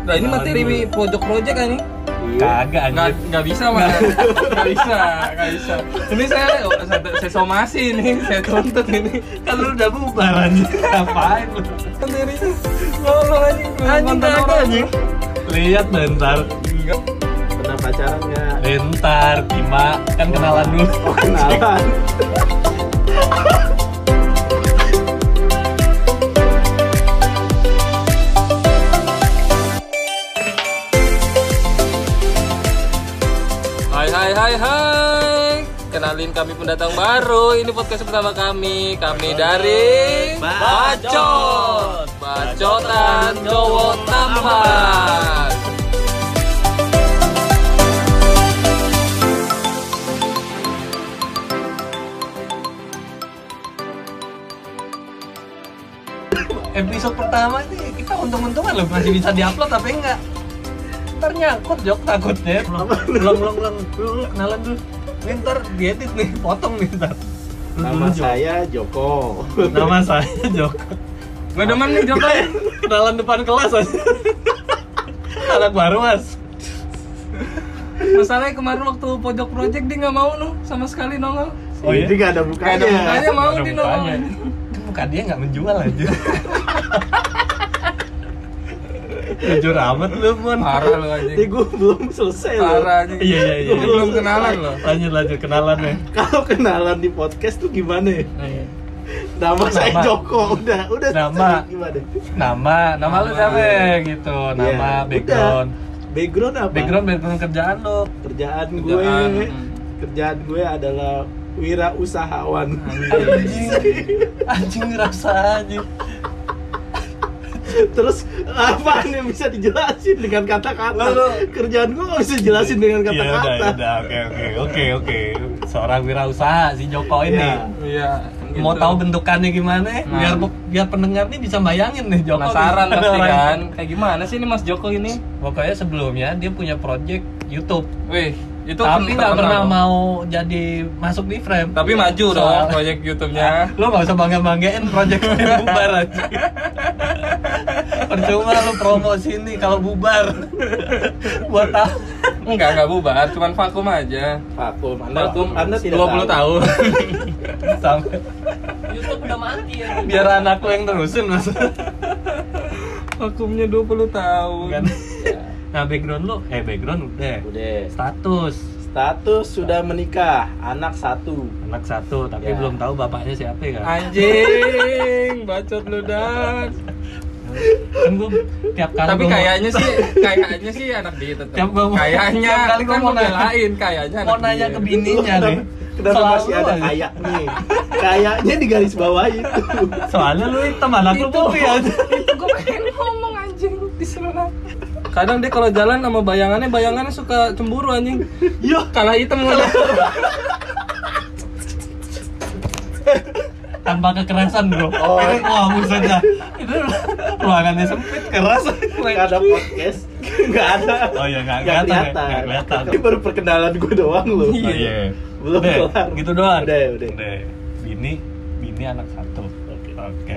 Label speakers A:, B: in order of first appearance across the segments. A: Nah, ini materi pojok project kan ini?
B: Iya.
C: Kagak
A: Nggak,
C: anjir.
A: nggak bisa, Mas. Nggak bisa, nggak bisa. Ini saya, oh, saya, saya somasi ini, saya tuntut ini.
C: Kan lu udah bubar anjir. Ngapain lu?
A: Materinya ngolong anjing.
C: Anjing
A: Nonton
C: kagak
A: orang.
C: anjing. Lihat bentar.
B: Pernah pacaran nggak?
C: Bentar, Kima kan kenalan dulu.
B: Oh, kenalan.
A: Hai hai hai hai. Kenalin kami pendatang baru. Ini podcast pertama kami. Kami dari
C: Bacot.
A: Bacotan Cowok Tampan.
C: Episode pertama nih kita untung-untungan loh masih bisa diupload tapi enggak. Ntar nyangkut jok takutnya. Belum belum belum. Lu kenalan dulu. Ini ntar diedit nih, potong nih ntar. Lu
B: Nama
C: dulu, Jok.
B: saya Joko.
C: Nama saya Joko.
A: Gue demen nih Joko.
C: kenalan depan kelas aja anak baru mas
A: Masalahnya kemarin waktu pojok project dia nggak mau lu sama sekali nongol.
C: Oh, iya?
B: Ini nggak
A: Gak
B: ada
A: ada
B: mukanya.
A: mukanya mau
C: Ada
A: di nongol.
C: mukanya. kan bukan dia nggak menjual aja jujur amat lu mon
A: Parah lu
B: Ini
A: anjing.
B: gue belum selesai loh.
A: Parah anjing.
C: iya iya iya
A: Lu Belum kenalan lo.
C: lanjut lanjut kenalan ya
B: Kalau kenalan di podcast tuh gimana ya?
C: Iya.
B: Nama saya
C: Nama.
B: Joko. Udah, udah.
C: Nama.
B: saya Gimana?
C: nama nama lu
A: Nama.
C: siapa gitu nama
B: Ya,
C: background
B: udah. Background apa?
C: background background kerjaan lu
B: kerjaan gue.
A: Kerjaan, hmm.
B: Kerjaan gue adalah wirausahawan.
C: anjing anjing rasa anjing
B: Terus apa yang bisa dijelasin dengan kata-kata?
C: Lalu-
B: Kerjaan gue nggak bisa jelasin dengan
C: Iya, udah
B: kata-kata.
C: udah oke oke oke oke seorang wirausaha si Joko ini
B: Iya.
A: Iya.
C: mau
A: gitu.
C: tahu bentukannya gimana
A: Nah.
C: biar biar pendengar nih bisa bayangin nih Joko
A: penasaran
C: nih.
A: pasti
C: Orang-
A: kan. Kayak gimana sih ini Mas Joko ini?
C: pokoknya sebelumnya dia punya project YouTube
A: Wih, itu
C: tapi nggak
A: terkenal.
C: pernah mau jadi masuk di frame
A: Tapi maju dong
C: Soal-
A: proyek YouTube-nya.
C: lo nggak usah bangga banggain project frame bubar aja percuma lo promo sini kalau bubar buat tahu
A: Enggak, enggak bubar, cuman vakum aja.
B: Vakum. Anda,
A: Vakum
B: anda
A: 20
B: tidak tahu.
A: tahun.
C: sampai
D: YouTube udah mati ya.
C: biar anak lo yang terusin mas
A: Vakumnya 20 tahun.
C: Bukan.
B: Ya,
C: nah background lo eh background udah
B: Udah.
C: status
B: Status sudah menikah, anak satu.
C: anak satu tapi
A: Iya.
B: Ya.
C: belum tahu bapaknya siapa ya kan
A: Anjing, bacot lu dan.
C: kan gue tiap kali
A: Tapi
C: gua mau-
A: kayaknya sih, kayaknya sih anak dia tetap.
C: Tiap gua mau-
A: Kayaknya
C: tiap kali gua
A: kan
C: mau
A: mau belain kayaknya
C: mau
A: anak
C: nanya
A: dia.
C: ke bininya Iya nih
B: Kenapa- Kenapa
C: Selalu
B: masih ya, ada
C: aja.
B: kayak nih? Kayaknya di garis bawah itu.
C: soalnya lu hitam anak lu putih aja
A: Gue pengen ngomong anjing di sana. Kadang dia kalau jalan sama bayangannya, bayangannya suka cemburu anjing.
B: Yo,
A: Kalah hitam lu.
C: tanpa kekerasan bro oh. wah buset dah itu ruangannya sempit keras
B: nggak ada podcast, nggak ada.
C: Oh iya, nggak
B: Nggak
C: kelihatan ya? Nggak kelihatan.
B: Ini baru perkenalan gue doang loh.
A: Iya.
B: Belum
C: Udah,
B: kelar.
C: gitu doang
B: Udah, udah.
C: bini bini anak satu oke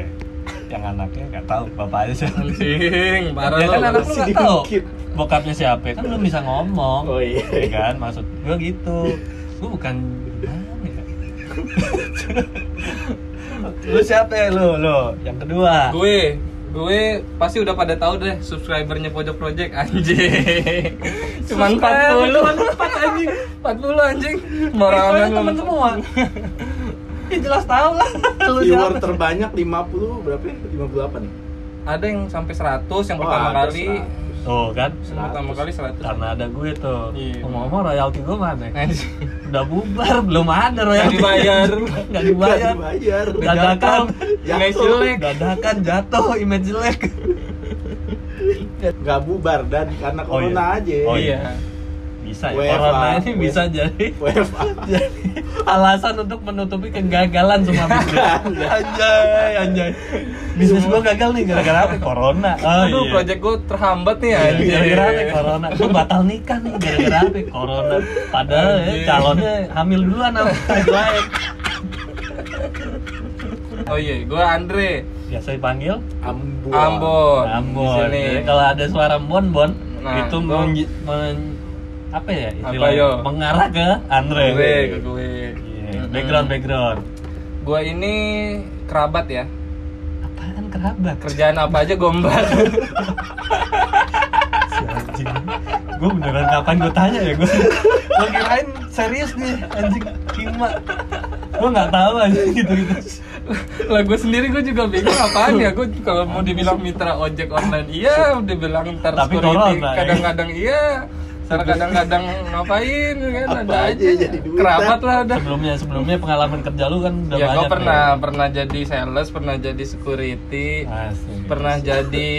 C: yang anaknya nggak tahu bapaknya siapa
A: Anjing, parah
C: ya
A: lu.
C: kan anak lu
B: Sedikit.
C: nggak tahu bokapnya siapa kan belum bisa ngomong
B: Oh iya.
C: ya kan maksud gue gitu gue bukan gimana ya? lu siapa ya lu lu yang kedua
A: gue gue pasti udah pada tahu deh subscribernya pojok project anjing cuman 40 cuman 4 anjing 40 anjing
C: Eh,
A: moralan
C: Soalnya
A: lu.
C: temen semua ya jelas tahu lah lu
B: Viewer
C: siapa
B: terbanyak 50 berapa ya? 58 nih.
A: ada yang sampai 100 yang
B: Oh,
A: pertama
B: ada
A: kali
B: 100.
C: tuh kan
A: yang pertama
B: 100.
A: kali 100
C: karena ada gue tuh
A: Iya.
C: ngomong-ngomong royalti gue mana ya?
A: anjing
C: udah bubar belum ada royalti
A: dibayar.
C: nggak
B: Nggak
C: dibayar
B: dibayar. Ya,
C: dadakan
B: Jatuh.
A: Image jelek.
C: dadakan jatuh image jelek
B: Nggak bubar dan karena
C: Oh, iya.
B: corona aja.
C: Oh, iya.
A: iya
C: bisa ya
B: WFH,
C: corona ini
B: WFH.
C: bisa jadi
B: WFA.
C: jadi alasan untuk menutupi kegagalan semua bisnis anjay anjay bisnis gua gagal nih gara-gara apa corona oh, Iya,
A: aduh project gue terhambat nih anjing
C: gara-gara apa
A: iya.
C: corona gua batal nikah nih gara-gara apa corona padahal ya,
A: Anjing.
C: calonnya hamil ya. duluan sama yang lain
A: oh iya gue Andre
C: biasa dipanggil
B: Ambon.
A: Ambon.
C: Ambon.
A: Oh, Di sini.
C: Jadi kalau ada suara Bon Bon
A: Nah,
C: itu
A: Bon.
C: men, men- apa ya
A: Apa, yo?
C: istilahnya mengarah ke Andre.
A: Gue, ke gue.
C: Iya,
A: Mm-mm.
C: Background background.
A: Gue ini kerabat ya.
C: Apaan kerabat?
A: Kerjaan apa aja gombal.
C: gue beneran kapan gue tanya ya gue gue kirain serius nih anjing kima gue nggak tahu aja gitu gitu
A: lah gue sendiri gue juga bingung apaan ya gue kalau mau dibilang mitra ojek online iya udah bilang ntar
C: Tapi
A: security,
C: corona, ya.
A: kadang-kadang iya ntar kadang-kadang ngapain kan
B: Apa
A: ada
B: aja
A: aja
B: jadi duit,
A: kerabat lah udah
C: sebelumnya sebelumnya pengalaman kerja lu kan udah
A: ya
C: banyak
A: gue
C: nih.
A: pernah pernah jadi sales pernah jadi security
C: Asik.
A: pernah jadi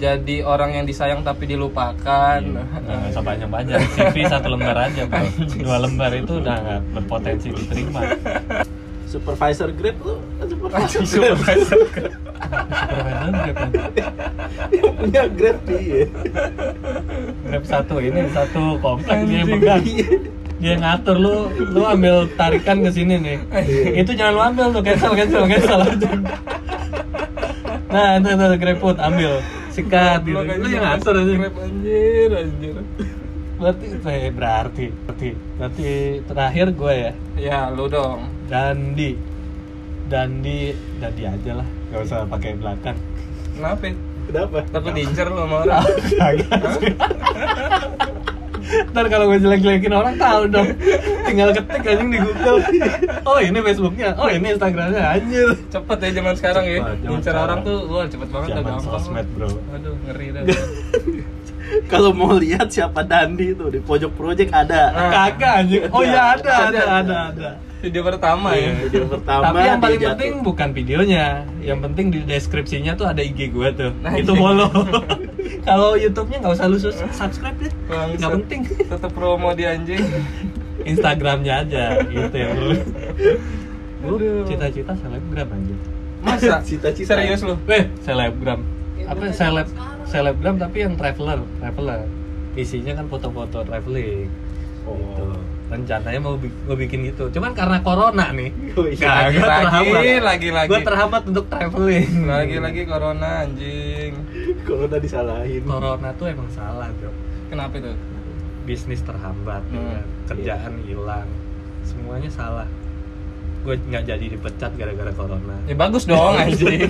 A: jadi orang yang disayang tapi dilupakan
C: Nah, usah banyak-banyak, CV satu lembar aja bro Dua lembar itu udah nggak berpotensi diterima
B: Supervisor grade lu kan supervisor grade.
A: Supervisor.
C: Supervisor grab,
B: Yang punya grade dia.
C: grab satu, ini satu komplek dia yang
A: Anjing.
C: pegang Dia yang ngatur, lu lu ambil tarikan ke sini nih Itu jangan lu ambil tuh, cancel, cancel, cancel Nah, itu, itu, grab food, ambil Sikat gitu, lu yang ngatur aja
A: Grab, anjir anjir
C: Berarti, eh, berarti, berarti, berarti terakhir gue ya
A: ya lu dong
C: Dandi Dandi Dandi aja lah nggak usah pakai belakang
A: kenapa
B: Kenapa?
A: takut diincer lu sama orang
C: ntar kalau gue jelek-jelekin orang tahu dong tinggal ketik anjing di Google oh ini Facebooknya oh ini Instagramnya anjir
A: cepet ya zaman sekarang ya
C: Cepet, zaman
A: ngincer
C: sekarang.
A: orang tuh wah cepet banget tuh
C: zaman sosmed bro
A: aduh ngeri dah
B: Kalau mau lihat siapa Dandi itu di pojok project ada.
C: kagak anjing oh ya ada ada ada ada
A: video pertama ya
C: Iya.
B: Video pertama.
C: tapi yang
B: dia
C: paling
B: jatuh.
C: penting bukan videonya yang penting di deskripsinya tuh ada IG gue tuh
A: Nah,
C: itu
A: iya.
C: follow kalau YouTube-nya nggak usah lu sus- subscribe deh
A: Bangsat.
C: nggak penting
A: tetep promo di anjing
C: Instagramnya aja gitu ya perlu.
A: Aduh.
C: Lu cita-cita selebgram aja.
A: masa
B: Cita-cita.
A: serius lu
C: Eh, selebgram. Apa
D: Ya,
C: seleb
D: sekarang.
C: selebgram tapi yang traveler, traveler. Isinya kan foto-foto traveling.
B: Oh.
C: Gitu. Rencananya mau bi- gua bikin gitu. Cuman karena corona nih.
B: Oh, iya.
C: Gak, gua
A: Lagi,
C: terhambat.
A: lagi, lagi.
C: Gua terhambat untuk traveling.
A: lagi lagi corona anjing
B: Kalau udah disalahin.
C: Corona tuh emang salah, Bro.
A: kenapa itu
C: bisnis terhambat, ya
A: Hmm.
C: kan? kerjaan hilang, semuanya salah. Gue nggak jadi dipecat gara-gara corona.
A: ya bagus dong anjing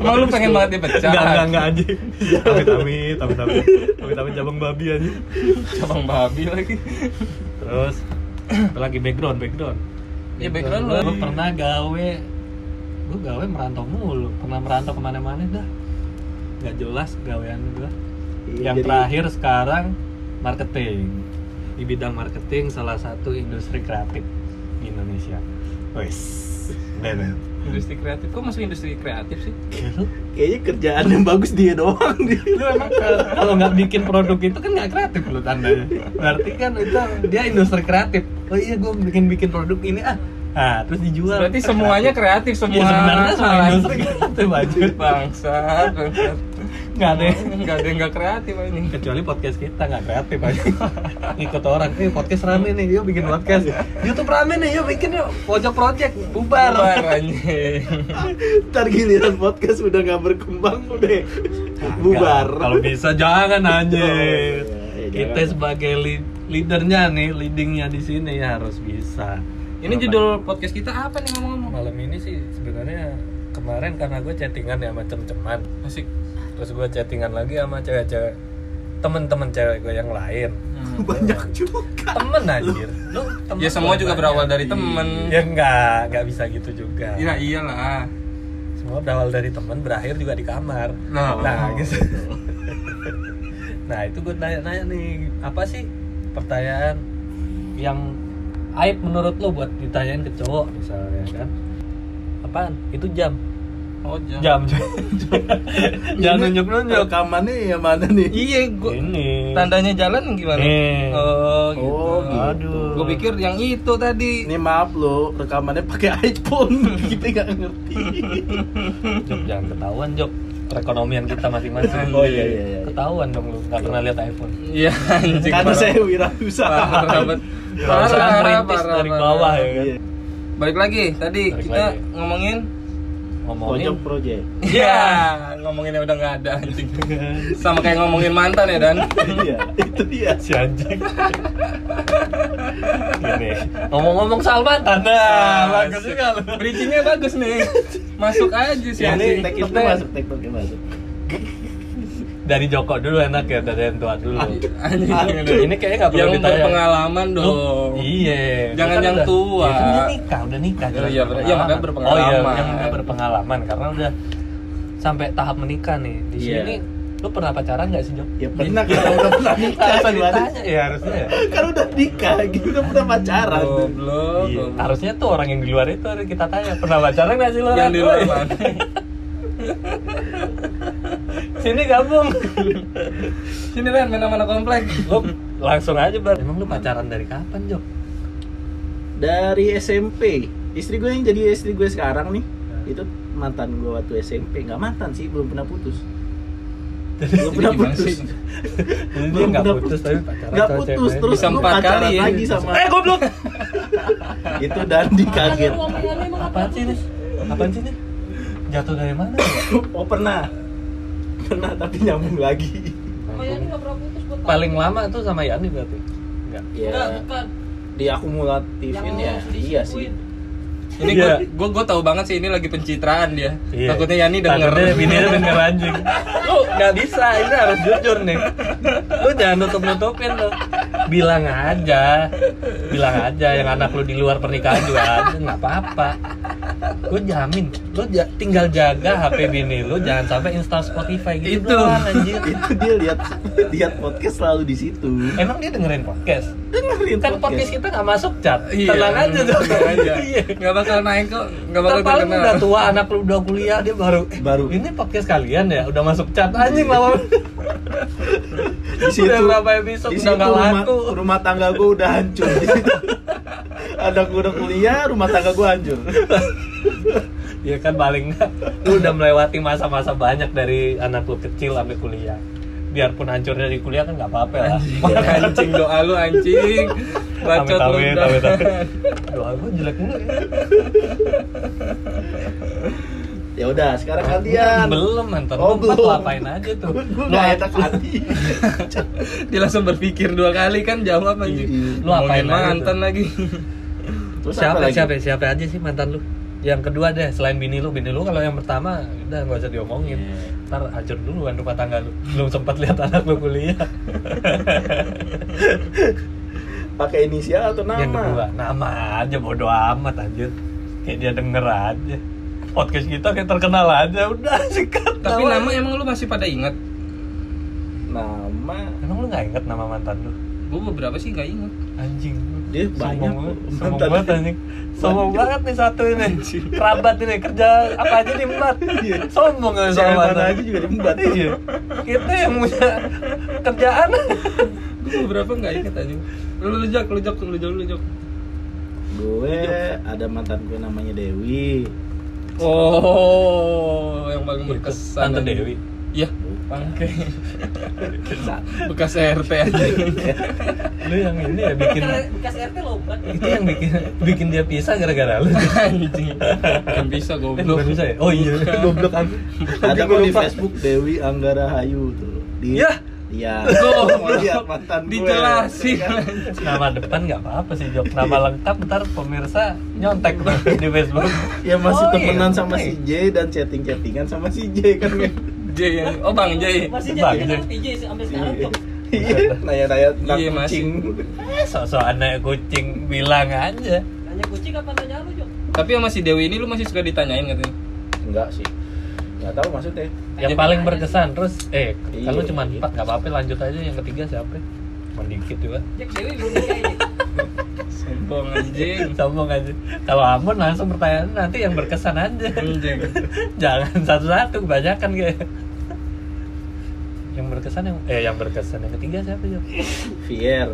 A: mau lu pengen banget dipecat
C: Enggak, enggak, enggak anjing. Amit, amit, amit, amit. Amit, amit cabang babi anjing.
A: cabang babi lagi
C: Terus apa lagi background, background.
A: Ya, background
C: Gua
A: lu.
C: Iya, pernah gawe gue gawe merantau mulu, pernah merantau kemana-mana dah. Nggak jelas gawean gue.
B: Iya,
C: Yang
B: jadi-
C: terakhir sekarang marketing. Di bidang marketing salah satu industri kreatif di Indonesia. Wes. Benar.
A: industri kreatif kok masuk industri kreatif sih
B: Kayaknya kerjaan yang bagus dia doang dia.
C: lu emang ke- kalau nggak bikin produk itu kan nggak kreatif lu tandanya berarti kan itu dia industri kreatif oh iya gue bikin bikin produk ini ah ah terus dijual
A: berarti semuanya kreatif
C: Iya,
A: semua
C: sebenarnya semua
A: Salah.
C: industri kreatif aja
A: bangsat bangsat
C: nggak deh
A: nggak ada ya? yang nggak kreatif ini
C: kecuali podcast kita nggak kreatif aja ikut orang eh podcast rame nih yuk bikin podcast YouTube rame nih yuk bikin yuk pojok project bubar
A: Bubar, anjing
B: Ntar giliran podcast udah nggak berkembang udah bubar.
C: kalau bisa jangan anjir
B: Oh, iya, iya,
C: kita
B: jangan.
C: sebagai lead- leadernya nih leadingnya di sini ya harus bisa
A: Ini
C: Kalau
A: judul podcast kita apa nih ngomong-ngomong?
C: malam ini sih sebenarnya kemarin karena gue chattingan ya sama teman
A: Asik.
C: terus gue chattingan lagi sama cewek-cewek temen-temen cewek gue yang lain
A: Hmm.
B: banyak juga.
C: temen anjir lu temen
A: Ya, semua
C: gua
A: juga
C: banyak.
A: berawal dari temen.
C: ya enggak enggak bisa gitu juga
A: Ya iyalah.
C: semua berawal dari temen berakhir juga di kamar
A: Nah.
C: gitu nah itu gue nanya-nanya nih apa sih pertanyaan yang aib menurut lo buat ditanyain ke cowok misalnya kan apaan itu jam
A: Oh, jam.
C: jam jam jangan nunjuk nunjuk
B: Rekamannya yang mana nih?
A: Iya, gua
C: ini
A: tandanya jalan gimana?
C: Eh.
A: Oh, gitu.
B: Oh, gitu.
C: Aduh.
A: Gua pikir yang itu tadi.
B: Ini maaf lo, rekamannya pakai iPhone. Kita nggak ngerti.
C: Jok, jangan ketahuan jok perekonomian kita masing-masing
B: Oh, iya, iya, iya.
C: ketahuan dong lu nggak pernah lihat iPhone
A: Iya, anjing.
B: Karena
A: parah.
B: saya wirausaha.
A: parah banget.
C: Kalau sekarang
A: Parah,
C: merintis
A: parah,
C: dari ya
A: parah.
C: bawah ya kan
B: Iya.
A: Balik lagi tadi
C: Balik
A: kita
C: lagi.
A: ngomongin
B: pojok
C: ngomongin
B: project
A: Iya, ngomongin yang udah nggak ada anjing. Sama kayak ngomongin mantan ya Dan.
B: iya itu dia
C: si anjing gini ngomong-ngomong soal
A: Ah,
C: mantan nah bagus
A: sip.
C: juga lu
A: Bridgingnya bagus nih. Masuk aja sih
B: ini
A: anjing.
B: tag itu
A: Tag.
B: masuk tag itu masuk
C: dari Joko dulu enak ya dari yang tua dulu
A: Anjing.
C: ini kayaknya nggak perlu
A: yang
C: ditanya
A: berpengalaman dong.
C: Loh, iya
A: Jangan
C: Kan
A: yang
C: udah-
A: tua.
C: ya, kan udah nikah udah nikah
A: Iya,
C: jangan
A: iya, iya, makanya
C: oh iya
A: berpengalaman.
C: yang udah berpengalaman karena udah sampai tahap menikah nih di
B: Iya.
C: sini lu pernah pacaran nggak sih Jok?
B: ya pernah kita udah pernah nikah
C: Harusnya
B: gimana
C: ditanya ya harusnya ya.
B: kan udah nikah gitu udah pernah pacaran
A: Oh, Goblok.
C: Iya,
A: goblok.
C: harusnya tuh orang yang di luar itu harus kita tanya pernah pacaran nggak sih lu
A: Yang di
C: Ran?
A: luar
C: Woi,
A: mana?
C: sini gabung
A: Sini Ren, main mana komplek.
C: lu langsung aja bar emang lu pacaran dari kapan Jok?
B: dari SMP istri gue yang jadi istri gue sekarang nih itu mantan gue waktu SMP nggak mantan sih belum pernah putus belum pernah
A: gimana
B: putus
A: sih?
C: Jadi dia
B: Belum
C: nggak
B: pernah
C: putus tapi pacaran
B: nggak
C: sama
B: putus
C: cewek.
B: terus
A: Bisa
B: gue
A: empat
B: pacaran
A: kali ya.
B: lagi sama
C: eh goblok
B: itu dan dikaget
D: emang
C: apaan sih ini? apaan sih ini? jatuh dari mana ya?
B: oh pernah pernah tapi nyambung lagi iya,
D: Bayangin Oh, ya, nggak pernah putus buat
C: paling lama tuh sama Yani berarti enggak
B: Ya.
D: Enggak, bukan.
B: diakumulatifin ya iya sih
A: Ini
C: Iya.
A: gue gue tahu banget sih ini lagi pencitraan dia.
C: Iya.
A: Takutnya Yani denger.
C: Takutnya bininya denger anjing Lu gak bisa, ini harus jujur nih Lu jangan nutup-nutupin lu Bilang aja Bilang aja yang anak lu di luar pernikahan juga ada Gak apa-apa Lu jamin, lu ja- tinggal jaga HP bini lu Jangan sampai install Spotify gitu
A: Itu.
C: doang, anjir
B: itu dia lihat lihat podcast selalu di situ
C: Emang dia dengerin podcast?
B: dengerin
C: Kan podcast kita gak masuk chat Tenang aja dong
A: Iya.
C: Iya.
A: tenang aja. Nggak bakal naik kok, nggak bakal
C: Ntar paling
A: terkenal.
C: udah tua, anak lu udah kuliah, dia baru eh,
B: Baru.
C: Ini podcast kalian ya, udah masuk chat anjing lama.
B: di situ
C: udah berapa episode
B: di
C: udah
B: situ
C: nggak
B: rumah,
C: laku.
B: rumah tangga gue udah hancur di situ ada gue udah kuliah rumah tangga gue hancur
C: Ya kan paling nggak, lu udah melewati masa-masa banyak dari anak lu kecil sampai kuliah. Biarpun hancurnya di kuliah kan nggak apa-apa lah.
A: Iya, kan? anjing doa lu anjing. Bacot lu.
C: Amit, amit,
A: udah.
C: amit, amit. Doa gua jelek mulu. ya.
B: ya udah sekarang kalian
C: Kan Belum antar
B: Oh,
C: tempat lu
B: belum.
C: apain aja tuh.
B: gue
C: Lu
B: gak enak hati
A: Dia langsung berpikir dua kali kan jawab anjing.
C: Lu
A: Ngomongin
C: apain aja
A: mantan
C: tuh?
A: lagi.
B: Terus apa
C: siapa
B: lagi?
C: siapa siapa aja sih mantan lu? Yang kedua deh, selain bini lu, bini lu kalau yang pertama udah nggak usah diomongin.
B: Iya.
C: Ntar hancur duluan rumah tangga lu. Belum sempat lihat anak lu kuliah.
B: pakai inisial atau
C: Yang kedua,
B: nama
C: nama aja bodo amat anjir. Kayak dia denger aja. Podcast kita kayak terkenal aja udah sikat.
A: Tapi nama emang lu masih pada ingat?
B: nama
C: emang lu nggak inget nama mantan lu?
A: Gue beberapa sih nggak ingat.
C: Anjing.
B: Dia
C: Sombong
B: banyak
C: banget.
B: mantan.
C: Sombong banget anjing. Sombong banget nih satu ini. Kerabat ini kerja apa aja di empat.
B: Iya.
C: Sombong kan sama
B: Cewek mana
C: mantan.
B: aja juga diembat
C: Iya. Kita yang punya kerjaan.
A: Gue beberapa nggak ingat anjing. Lu lu jok, lu jok, lu jok, lu jok.
B: gue ada mantan gue namanya Dewi
A: Oh, yang paling berkesan.
C: Tante
A: anjing.
C: Dewi.
A: Iya, bangke. Bekas RT anjing.
C: Lu yang ini ya bikin
D: bekas RT lomba.
C: itu yang bikin bikin dia pisah gara-gara lu.
A: anjing kan bisa
C: Eh, bukan
A: goblok
C: bisa ya? Oh iya.
B: goblok kan ada
C: Tadi
B: kok
C: gua
B: di
C: lupa.
B: Facebook Dewi Anggara Hayu tuh di
C: Yah.
B: iya
A: Goblok.
B: Iya, mantan gue
A: dijelasin
C: nama depan nggak apa-apa sih Jok nama lengkap ntar pemirsa nyontek di Facebook
B: ya masih
C: Oh, iya.
B: temenan sama
C: Oke.
B: si J dan chatting-chattingan sama si J kan
A: J oh bang J
D: Masih
C: Bang,
D: jadi
C: Jay.
D: kan PJ sampai sekarang
B: Iya.
D: tuh.
B: Iya, nanya-nanya tentang
A: Iya, masih.
B: kucing.
C: eh sok-sok anak kucing bilang aja
D: Nanya kucing apa nanya lu, Jok?
A: tapi sama si Dewi ini lu masih suka ditanyain katanya
B: Enggak sih. Enggak tahu maksudnya.
C: yang paling berkesan terus eh
B: Iya.
C: kalau cuma empat nggak apa-apa lanjut aja yang ketiga siapa mendikit juga
D: Jack Dewi belum nikah ini.
A: sombong anjing
C: sombong aja kalau Amon langsung pertanyaan nanti yang berkesan aja
A: anjing
C: jangan satu-satu kebanyakan kayak yang berkesan yang eh
B: Iya.
C: yang berkesan yang ketiga siapa Jok?
B: Fier.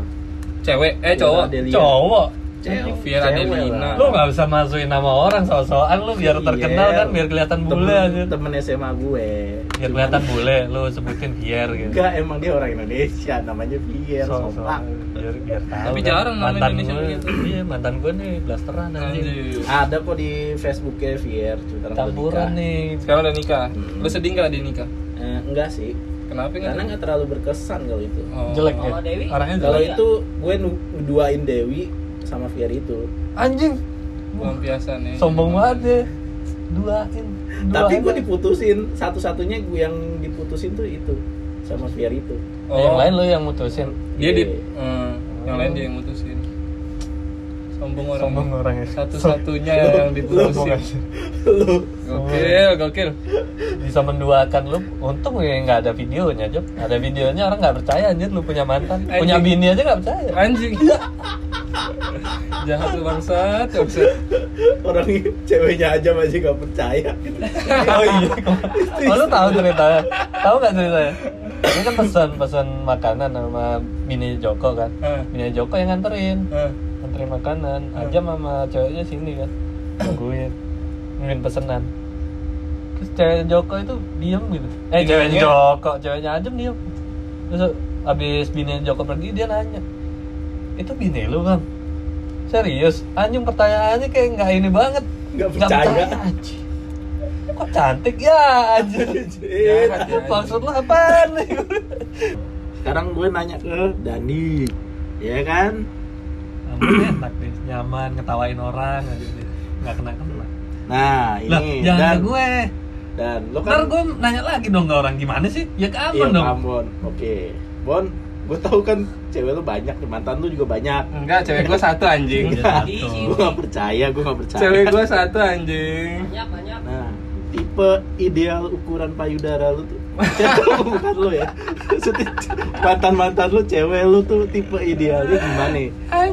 A: cewek eh cowok
B: Delia.
C: cowok
B: cewek.
A: Fir
B: cewek
A: Adelina.
B: lah.
C: Lu nggak usah masukin nama orang so-soan lu biar
B: Ah. Iya.
C: terkenal kan biar kelihatan bule anjir.
B: Temen, temen SMA gue.
C: Biar kelihatan bule lu sebutin biar gitu.
B: Enggak, emang dia orang Indonesia, namanya Pierre
C: So- so-
B: Sopak.
C: biar biar tahu.
A: Tapi
C: kan.
A: jarang nama
C: mantan
A: Indonesia
C: gue.
A: begitu.
C: Iya, mantan gue nih blasteran
A: Anjir.
C: anjir.
B: Ada kok di Facebooknya Pierre, Twitter
C: Campuran nih.
A: Sekarang udah nikah.
B: Hmm.
A: Lu sedih nggak di nikah?
B: Eh, enggak sih,
A: Kenapa nggak?
B: karena nggak terlalu berkesan kalau itu.
A: Oh.
C: Jelek ya.
D: Kalau Dewi?
C: Orangnya
B: Kalau
C: jelek.
D: Iya.
B: itu gue nu- duain Dewi sama Fier itu.
C: Anjing.
A: Luar biasa nih.
C: Sombong banget ya. Duain.
B: Tapi gue
C: Duain.
B: diputusin, satu-satunya gue yang diputusin tuh itu sama Fier itu.
C: Oh. Yang lain lu yang mutusin.
A: Dia di
B: Iya.
A: eh, yang lain dia yang mutusin. Sombong orang.
C: Sombong orangnya.
A: Satu-satunya
B: Sombong.
A: yang
C: Sombong
A: diputusin.
C: aja.
B: Lu
A: Gokil, gokil.
C: bisa menduakan lu untung ya nggak ada videonya Jok ada videonya orang nggak percaya anjir lu punya mantan
A: Anjing.
C: punya bini aja nggak percaya
A: Anjing.
C: Iya.
A: Jahat lu bangsat, bangsat.
B: Eh, orang ceweknya aja masih gak percaya.
C: oh iya oh lu tahu ceritanya tahu nggak ceritanya ini kan pesan pesan makanan sama bini Joko kan
A: Eh,
C: bini Joko yang nganterin
A: eh.
C: nganterin makanan aja mama ceweknya sini kan nungguin nungguin pesenan terus cewek Joko itu diem gitu eh
A: Bininya?
C: cewek Joko ceweknya aja diem terus abis bini Joko pergi dia nanya itu bini lu bang serius anjing pertanyaannya kayak nggak ini banget
B: Nggak percaya.
C: anjing. kok cantik ya anjir
B: Anjir.
A: ya,
C: maksud lu apaan nih
B: Sekarang gue nanya ke Dani, ya kan?
C: enak deh nyaman ngetawain orang aja deh nggak kena kena
B: Nah
C: lah
B: ini
C: jangan
B: dan
C: ke gue
B: dan lo
C: ntar
B: kan
C: gue nanya lagi dong ke orang gimana sih ya ke
B: iya
C: Amon dong
B: paham Bon. Oke, Bon, gue tahu kan cewek lu banyak, nih, mantan lu juga banyak.
A: Enggak, cewek gua satu anjing.
C: Iya, satu.
D: Iya.
B: Gue gak percaya, gue gak percaya.
A: Cewek gua satu anjing.
D: Banyak, banyak.
B: Nah, tipe ideal ukuran payudara lu tuh bukan lu ya maksudnya mantan mantan lu cewek lu tuh tipe idealnya gimana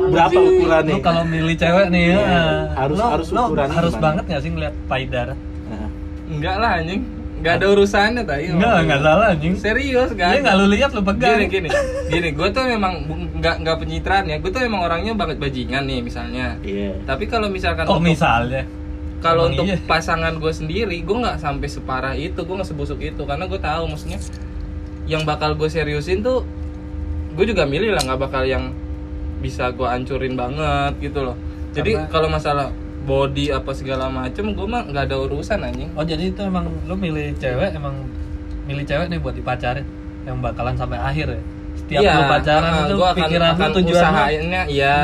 B: berapa ukurannya
C: lu kalau milih cewek nih ya,
B: Iya, harus-
C: lo-
B: harus
C: lo
B: ukurannya
C: harus
B: gimana?
C: banget nggak sih ngeliat payudara
B: Nah,
A: Enggak lah anjing. Enggak ada urusannya tadi.
C: enggak enggak salah anjing
A: Serius Iya. kan?
C: dia nggak lu lihat lu pegang
A: gini gini gini gue tuh memang bu- nggak nggak pencitraan ya gue tuh memang orangnya banget bajingan nih misalnya
B: iya
A: tapi kalau misalkan
C: kok
A: untuk-
C: Oh, misalnya
A: kalau
C: Emang
A: untuk
C: iya.
A: pasangan gue sendiri gue nggak sampai separah itu gue nggak sebusuk itu karena gue tahu maksudnya yang bakal gue seriusin tuh gue juga milih lah nggak bakal yang bisa gue ancurin banget gitu loh jadi
C: Karena-
A: kalau masalah body apa segala macem gue mah nggak ada urusan anjing
C: oh jadi itu emang lu milih cewek emang milih cewek nih buat dipacarin yang bakalan sampai akhir ya setiap
A: Iya,
C: lu pacaran
A: eh,
C: itu
A: gua akan-
C: pikiran lu
A: akan
C: tujuan lu
A: usahainnya iya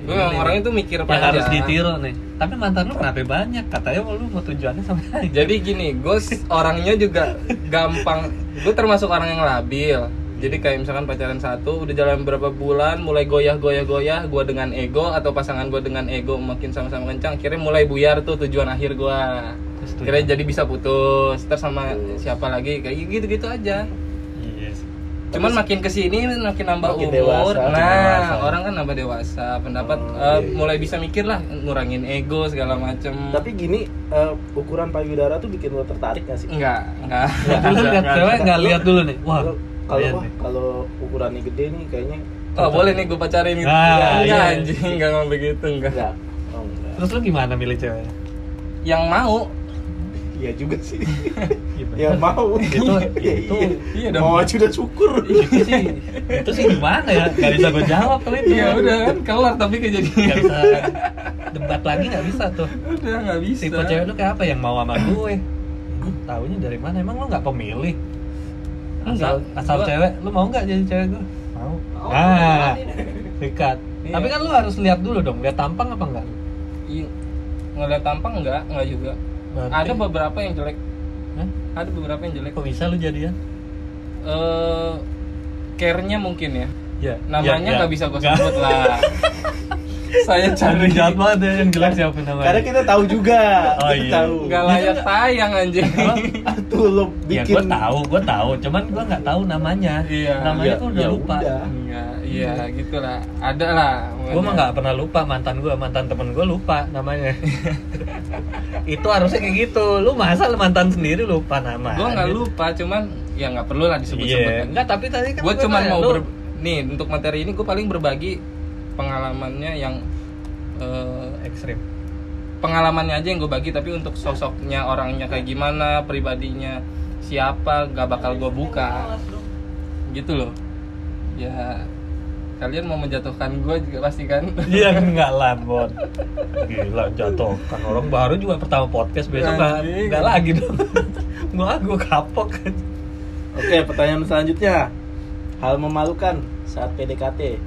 A: gue memang orangnya tuh mikir
C: yang Ya, harus
A: panjang.
C: ditiru nih tapi mantan lu kenapa banyak katanya lu mau tujuannya sampai akhir
A: jadi gini gue s- orangnya juga gampang gue termasuk orang yang labil jadi kayak misalkan pacaran satu udah jalan beberapa bulan mulai goyah goyah goyah gue dengan ego atau pasangan gue dengan ego makin sama-sama kencang akhirnya mulai buyar tuh tujuan akhir gue
C: Terus tuh-
A: akhirnya jadi bisa putus terus sama siapa lagi kayak gitu gitu aja
C: Yes.
A: cuman makin kesini makin nambah
B: Makin
A: umur
B: dewasa.
A: nah
C: Makin dewasa.
A: orang kan nambah dewasa pendapat
B: Oh,
A: eh,
B: iya.
A: mulai bisa mikir lah ngurangin ego segala macem
B: tapi gini eh, ukuran payudara tuh bikin lo tertarik gak sih
A: enggak enggak
C: Lu lihat cewek nggak lihat dulu nih. Wah,
B: Lo kalau
C: keren
B: wah,
C: nih.
B: kalau ukurannya gede nih kayaknya
A: Oh boleh nih gue pacarin gitu Enggak
C: Ah, iya.
A: anjing, enggak mau begitu enggak
B: enggak oh enggak
C: Terus lu gimana milih ceweknya?
A: Yang mau
B: iya juga sih
C: Gimana?
B: ya mau
C: Itu-
B: Iya,
C: itu-
B: iya.
A: iya dong. Iya,
B: mau aja udah syukur
C: itu sih itu sih gimana ya? Gak bisa gue jawab kali itu.
A: Iya udah kan kelar tapi kejadian
C: Gak bisa debat lagi gak bisa tuh.
A: Udah gak bisa
C: Tipe cewek lu kayak apa yang mau sama gue? Hmm, Taunya dari mana? Emang lu nggak pemilih? Asal
A: Enggak.
C: asal
A: Gua-
C: cewek, lu mau nggak jadi cewek gue? Mau.
D: Mau,
C: Ah,
D: mau.
C: dekat.
A: Iya.
C: Tapi kan lu harus lihat dulu dong, lihat tampang apa enggak?
A: Iya Ngeliat tampang enggak, enggak juga
C: Berarti-
A: Ada beberapa yang jelek
C: Hah?
A: Ada beberapa yang jelek
C: Kok bisa lu jadian?
A: Eh, Care-nya mungkin ya
C: Ya,
A: Namanya nggak bisa gue sebut lah Saya
C: Aduh
A: cari
C: jahat banget ya yang jelas siapa namanya.
B: karena kita tahu juga
C: Oh,
B: kita
C: iya.
B: tahu
A: Enggak layak tayang anjing
C: Apa?
B: tuh lo
C: Ya
B: bikin
C: gue tahu, gue tahu. Cuman gue nggak tahu namanya.
A: Iya.
C: Namanya
B: Ya,
C: tuh udah
B: ya
C: lupa.
B: udah.
A: Enggak, iya gitu lah Ada lah
C: Gue mah nggak pernah lupa mantan gue, mantan temen gue lupa namanya. itu harusnya kayak gitu. Lu masa lu mantan sendiri lupa nama?
A: Gue nggak lupa, cuman ya nggak perlu lah disebut-sebut
C: Iya.
A: kan.
C: Enggak, tapi tadi kan
A: gue
C: gua
A: cuman
C: nanya,
A: mau
C: lu
A: ber- nih untuk materi ini gue paling berbagi pengalamannya yang eh,
C: ekstrim
A: pengalamannya aja yang gue bagi tapi untuk sosoknya orangnya kayak gimana pribadinya siapa gak bakal gue buka
D: Awas dong.
A: gitu loh ya kalian mau menjatuhkan gue juga pasti kan
C: Iya enggak lah Bon Gila jatuh kan orang baru juga pertama podcast besok kan
A: Anjing.
C: Enggak lagi dong Gua gua kapok kan
B: Oke, pertanyaan selanjutnya. Hal memalukan saat PDKT.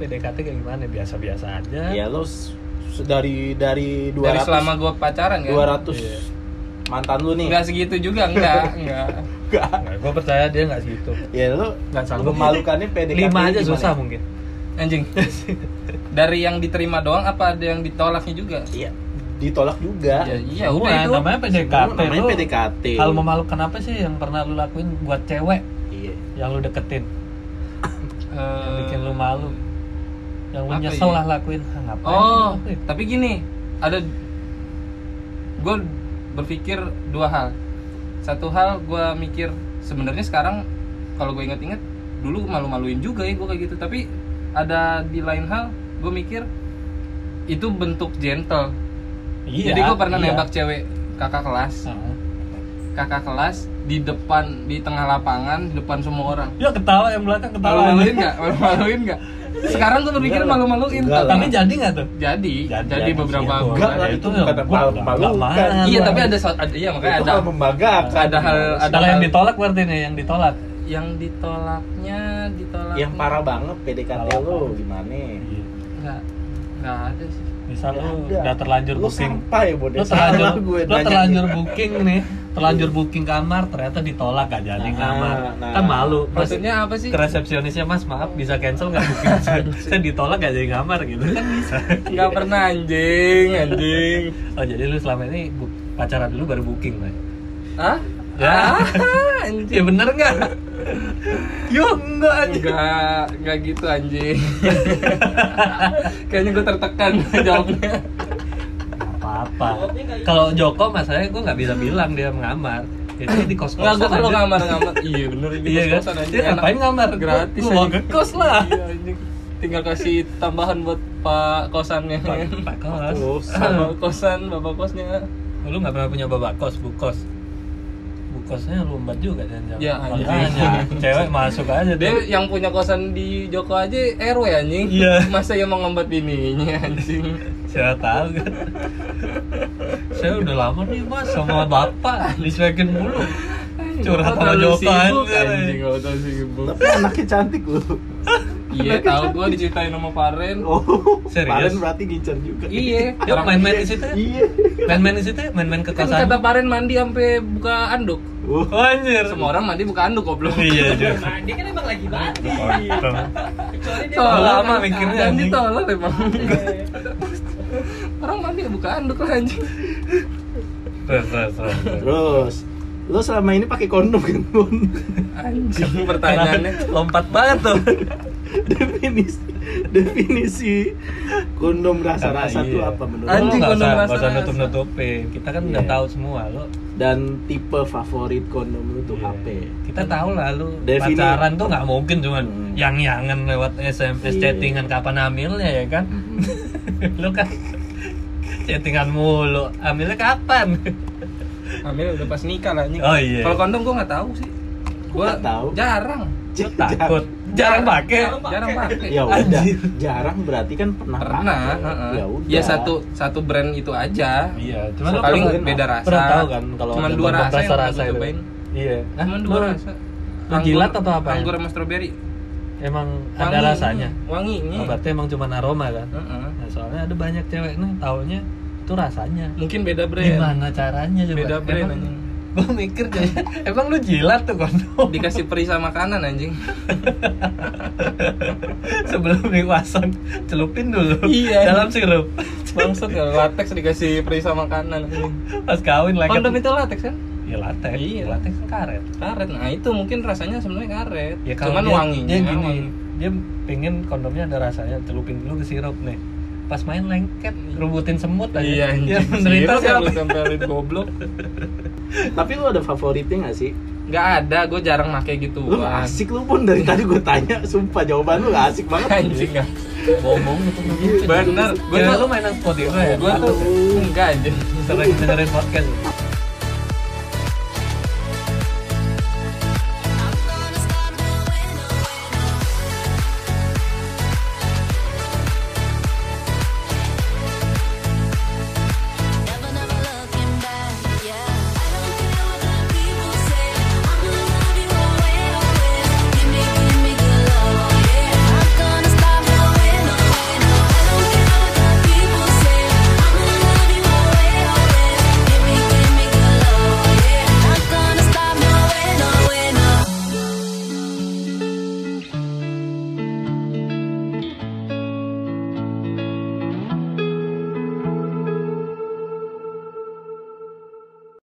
C: PDKT kayak gimana biasa-biasa aja
A: Iya.
B: Ya lo s- s- dari dari 200
A: dari selama gue pacaran kan
B: 200
C: Iya.
B: mantan lu nih.
A: nggak segitu juga enggak enggak
C: Nggak, gua percaya dia enggak segitu
B: Ya lo
C: Nggak sanggup.
B: memalukannya PDKT.
C: Lima aja
B: gimana?
C: susah mungkin
A: anjing dari yang diterima doang apa ada yang ditolaknya juga
B: Iya, ditolak juga.
A: ya iya
C: Semua
A: udah itu
C: namanya PDKT
B: namanya
C: lu
B: PDKT.
C: Hal memalukan apa sih yang pernah lu lakuin buat cewek
B: Iya.
C: yang lu deketin yang
A: Eh,
C: bikin lu malu yang lu
A: apa
C: nyesel
A: ya?
C: lah lakuin ah, ngapain lu
A: Oh,
C: lakuin?
A: tapi gini, ada gue berpikir dua hal. Satu hal gue mikir sebenarnya sekarang kalau gue inget-inget dulu malu-maluin juga ya gue kayak gitu. Tapi ada di lain hal gue mikir itu bentuk gentle.
C: Iya,
A: Jadi gue pernah
C: iya. Hmm.
A: nembak cewek kakak kelas,
C: Heeh.
A: kakak kelas di depan di tengah lapangan di depan semua orang.
C: Ya ketawa yang belakang ketawa.
A: Malu-maluin nggak? Malu-maluin nggak? Sekarang gue berpikir
B: Enggak lah.
A: malu-maluin.
B: Enggak lah.
C: Tapi jadi nggak tuh?
A: jadi, jadi, beberapa
C: Iya,
A: bulan
B: Enggak lah,
A: ya.
B: itu kata palu- palu kan.
A: Iya, tapi ada, so- ada iya makanya
B: Itu
A: ada
B: hal membanggakan.
A: ada hal ada
C: Kalau yang
A: hal-
C: ditolak berarti nih yang ditolak.
A: yang ditolaknya ditolak
B: yang parah banget PDKT
C: Kalau
B: lo
C: apa?
B: gimana?
A: Enggak enggak ada sih.
C: Misal
A: Iya,
C: lu
B: Ada.
C: udah terlanjur
B: Lo
C: booking.
B: sampai bodoh.
C: Lu terlanjur lu terlanjur booking nih, terlanjur booking kamar ternyata ditolak gak jadi
B: Nah,
C: kamar.
B: nah.
C: Kan malu. Mas,
A: Maksudnya apa sih?
C: ke resepsionisnya Mas maaf bisa cancel nggak booking saya, saya ditolak gak jadi kamar gitu kan bisa.
A: Enggak pernah anjing, anjing.
C: Oh jadi lu selama ini bu- pacaran dulu baru booking lah.
A: Hah?
C: Ya.
A: Ah, anjing.
C: Ya bener nggak? Yo enggak
A: Ya
C: aja.
A: Enggak, enggak gitu anjing. Kayaknya gue tertekan jawabnya.
C: apa-apa kalau Joko masalahnya gue nggak bisa bilang dia mengamar jadi di kos
A: Enggak gue
C: kosan
A: kalau ngamar ngamar. Iya bener ini
C: iya kan
A: kos-kosan anjing.
C: dia
A: Enak.
C: ngapain ngamar
A: Gratis.
C: Gua mau
A: anjing.
C: ke kos lah
A: Iya, anjing. Tinggal kasih tambahan buat pak kosannya.
C: pak pak kos
B: Terus.
A: Sama kosan, bapak kosnya.
C: lu nggak pernah punya bapak kos bu kos bu kosnya lumbat juga dan
A: Ya, anjing.
C: cewek masuk aja
A: Dia
C: deh
A: yang punya kosan di Joko aja RW anjing.
C: Iya.
A: Masa yang mau ngembat bininya anjing.
C: saya tahu kan saya udah lama nih mas sama bapak dicuekin mulu curhat sama
A: Terlalu
C: Joko
A: sibuk, anjing.
C: anjing
A: Kalau tahu sibuk.
B: Tapi anaknya cantik lu.
A: Iya, tahu
C: kan-
A: gua diceritain sama Faren.
B: Oh,
C: Serius?
B: Faren berarti gincer juga.
A: Iya,
C: Dia
A: orang
C: main-main di situ, ya?
B: Iya.
C: main-main di situ, ya, main-main ke
A: kan
C: kosan.
A: kata Faren mandi sampai buka anduk.
B: Oh,
C: Oh, anjir.
A: Semua orang Iya. mandi buka anduk goblok.
C: Iya, dia.
D: Nah, dia kan emang lagi mandi. Kecuali dia
A: Tolol,
C: Oh, Lama
A: kan?
C: mikirnya,
A: Dan
C: anjing. Iya,
A: ditolol emang. Orang mandi buka anduk lah anjing.
C: Terus, terus, terus.
B: Terus, lo selama ini pakai kondom kan? Bon?
A: Anjing pertanyaannya.
C: lompat banget tuh.
B: definisi definisi kondom rasa-rasa itu apa menurut
A: Anjing,
C: Anjing
B: lo?
A: kondom
C: usah, Iya. nggak
A: rasa-rasa.
C: usah nutup-nutupin. Kita kan udah
B: Iya.
C: tahu semua lo.
B: Dan tipe favorit kondom lu tuh
C: Iya.
B: apa?
C: Kita tahu lah lu
B: Defini-
C: pacaran tuh nggak mungkin cuman
B: Hmm.
C: yang-yangan lewat SMS
B: Iya.
C: chattingan kapan hamilnya ya kan.
A: Hmm.
C: lu kan chattingan mulu. Hamilnya kapan?
A: Ambil udah pas nikah lah anjing.
C: Oh, iya.
A: Kalau kondom gua nggak tahu sih. Gua
B: nggak tahu?
A: jarang.
C: Lu takut. Jarang Iya, pakai.
A: Jarang pakai.
B: Ya udah,
C: Anjir.
B: jarang berarti kan pernah.
A: pernah
B: pakai.
A: heeh.
B: Ya udah.
A: ya satu satu brand itu aja cuman
C: Iya, cuman lu
A: paling
B: pernah-
A: beda rasa
C: pernah tahu kan kalau
A: cuman
C: ada
A: dua rasa
C: kondom
A: yang pernah
C: rasa-rasa
A: gue
C: itu?
A: cobain
C: Iya. Hah,
A: cuman dua
C: lu
A: rasa
C: lu jilat atau apa?
A: anggur sama strawberry
C: Emang ada
A: Wangi.
C: rasanya.
A: wanginya
C: Obatnya emang cuma aroma kan.
A: Heeh.
C: Nah, soalnya ada banyak cewek nih taunya itu rasanya.
A: mungkin beda brand
C: Gimana caranya coba?
A: beda brand
C: Emang-
A: anjing
C: Gua mikir jadi emang lu jilat tuh kondom
A: dikasih perisa makanan anjing
C: sebelum dipasang celupin dulu
A: Iya.
C: dalam sirup
A: bangsat ya latex dikasih perisa makanan anjing
C: pas kawin lagi
A: kondom itu latex kan
C: ya latex
A: Iya.
C: latex kan karet
A: karet nah itu mungkin rasanya sebenarnya karet
C: ya kalau
A: cuman
C: dia,
A: wanginya
C: dia gini
A: wangi.
C: dia pengen kondomnya ada rasanya celupin dulu ke sirup nih pas main lengket rubutin semut aja
A: Iya, anjing.
C: yang menderita
A: Serius ya,
C: siapa
A: lu tempelin goblok.
B: Tapi lu ada favoritnya gak sih?
A: Gak ada, gue jarang make gitu.
B: Lu nggak asik lu pun dari tadi gue tanya, sumpah jawaban lu gak asik banget.
A: anjing gak
C: bohong untuk
A: Bener.
C: Gue
A: Gua
C: tuh
A: tuh-
C: lu mainan Spotify ya?
A: Gua tuh enggak anjir.
C: sering dengerin podcast.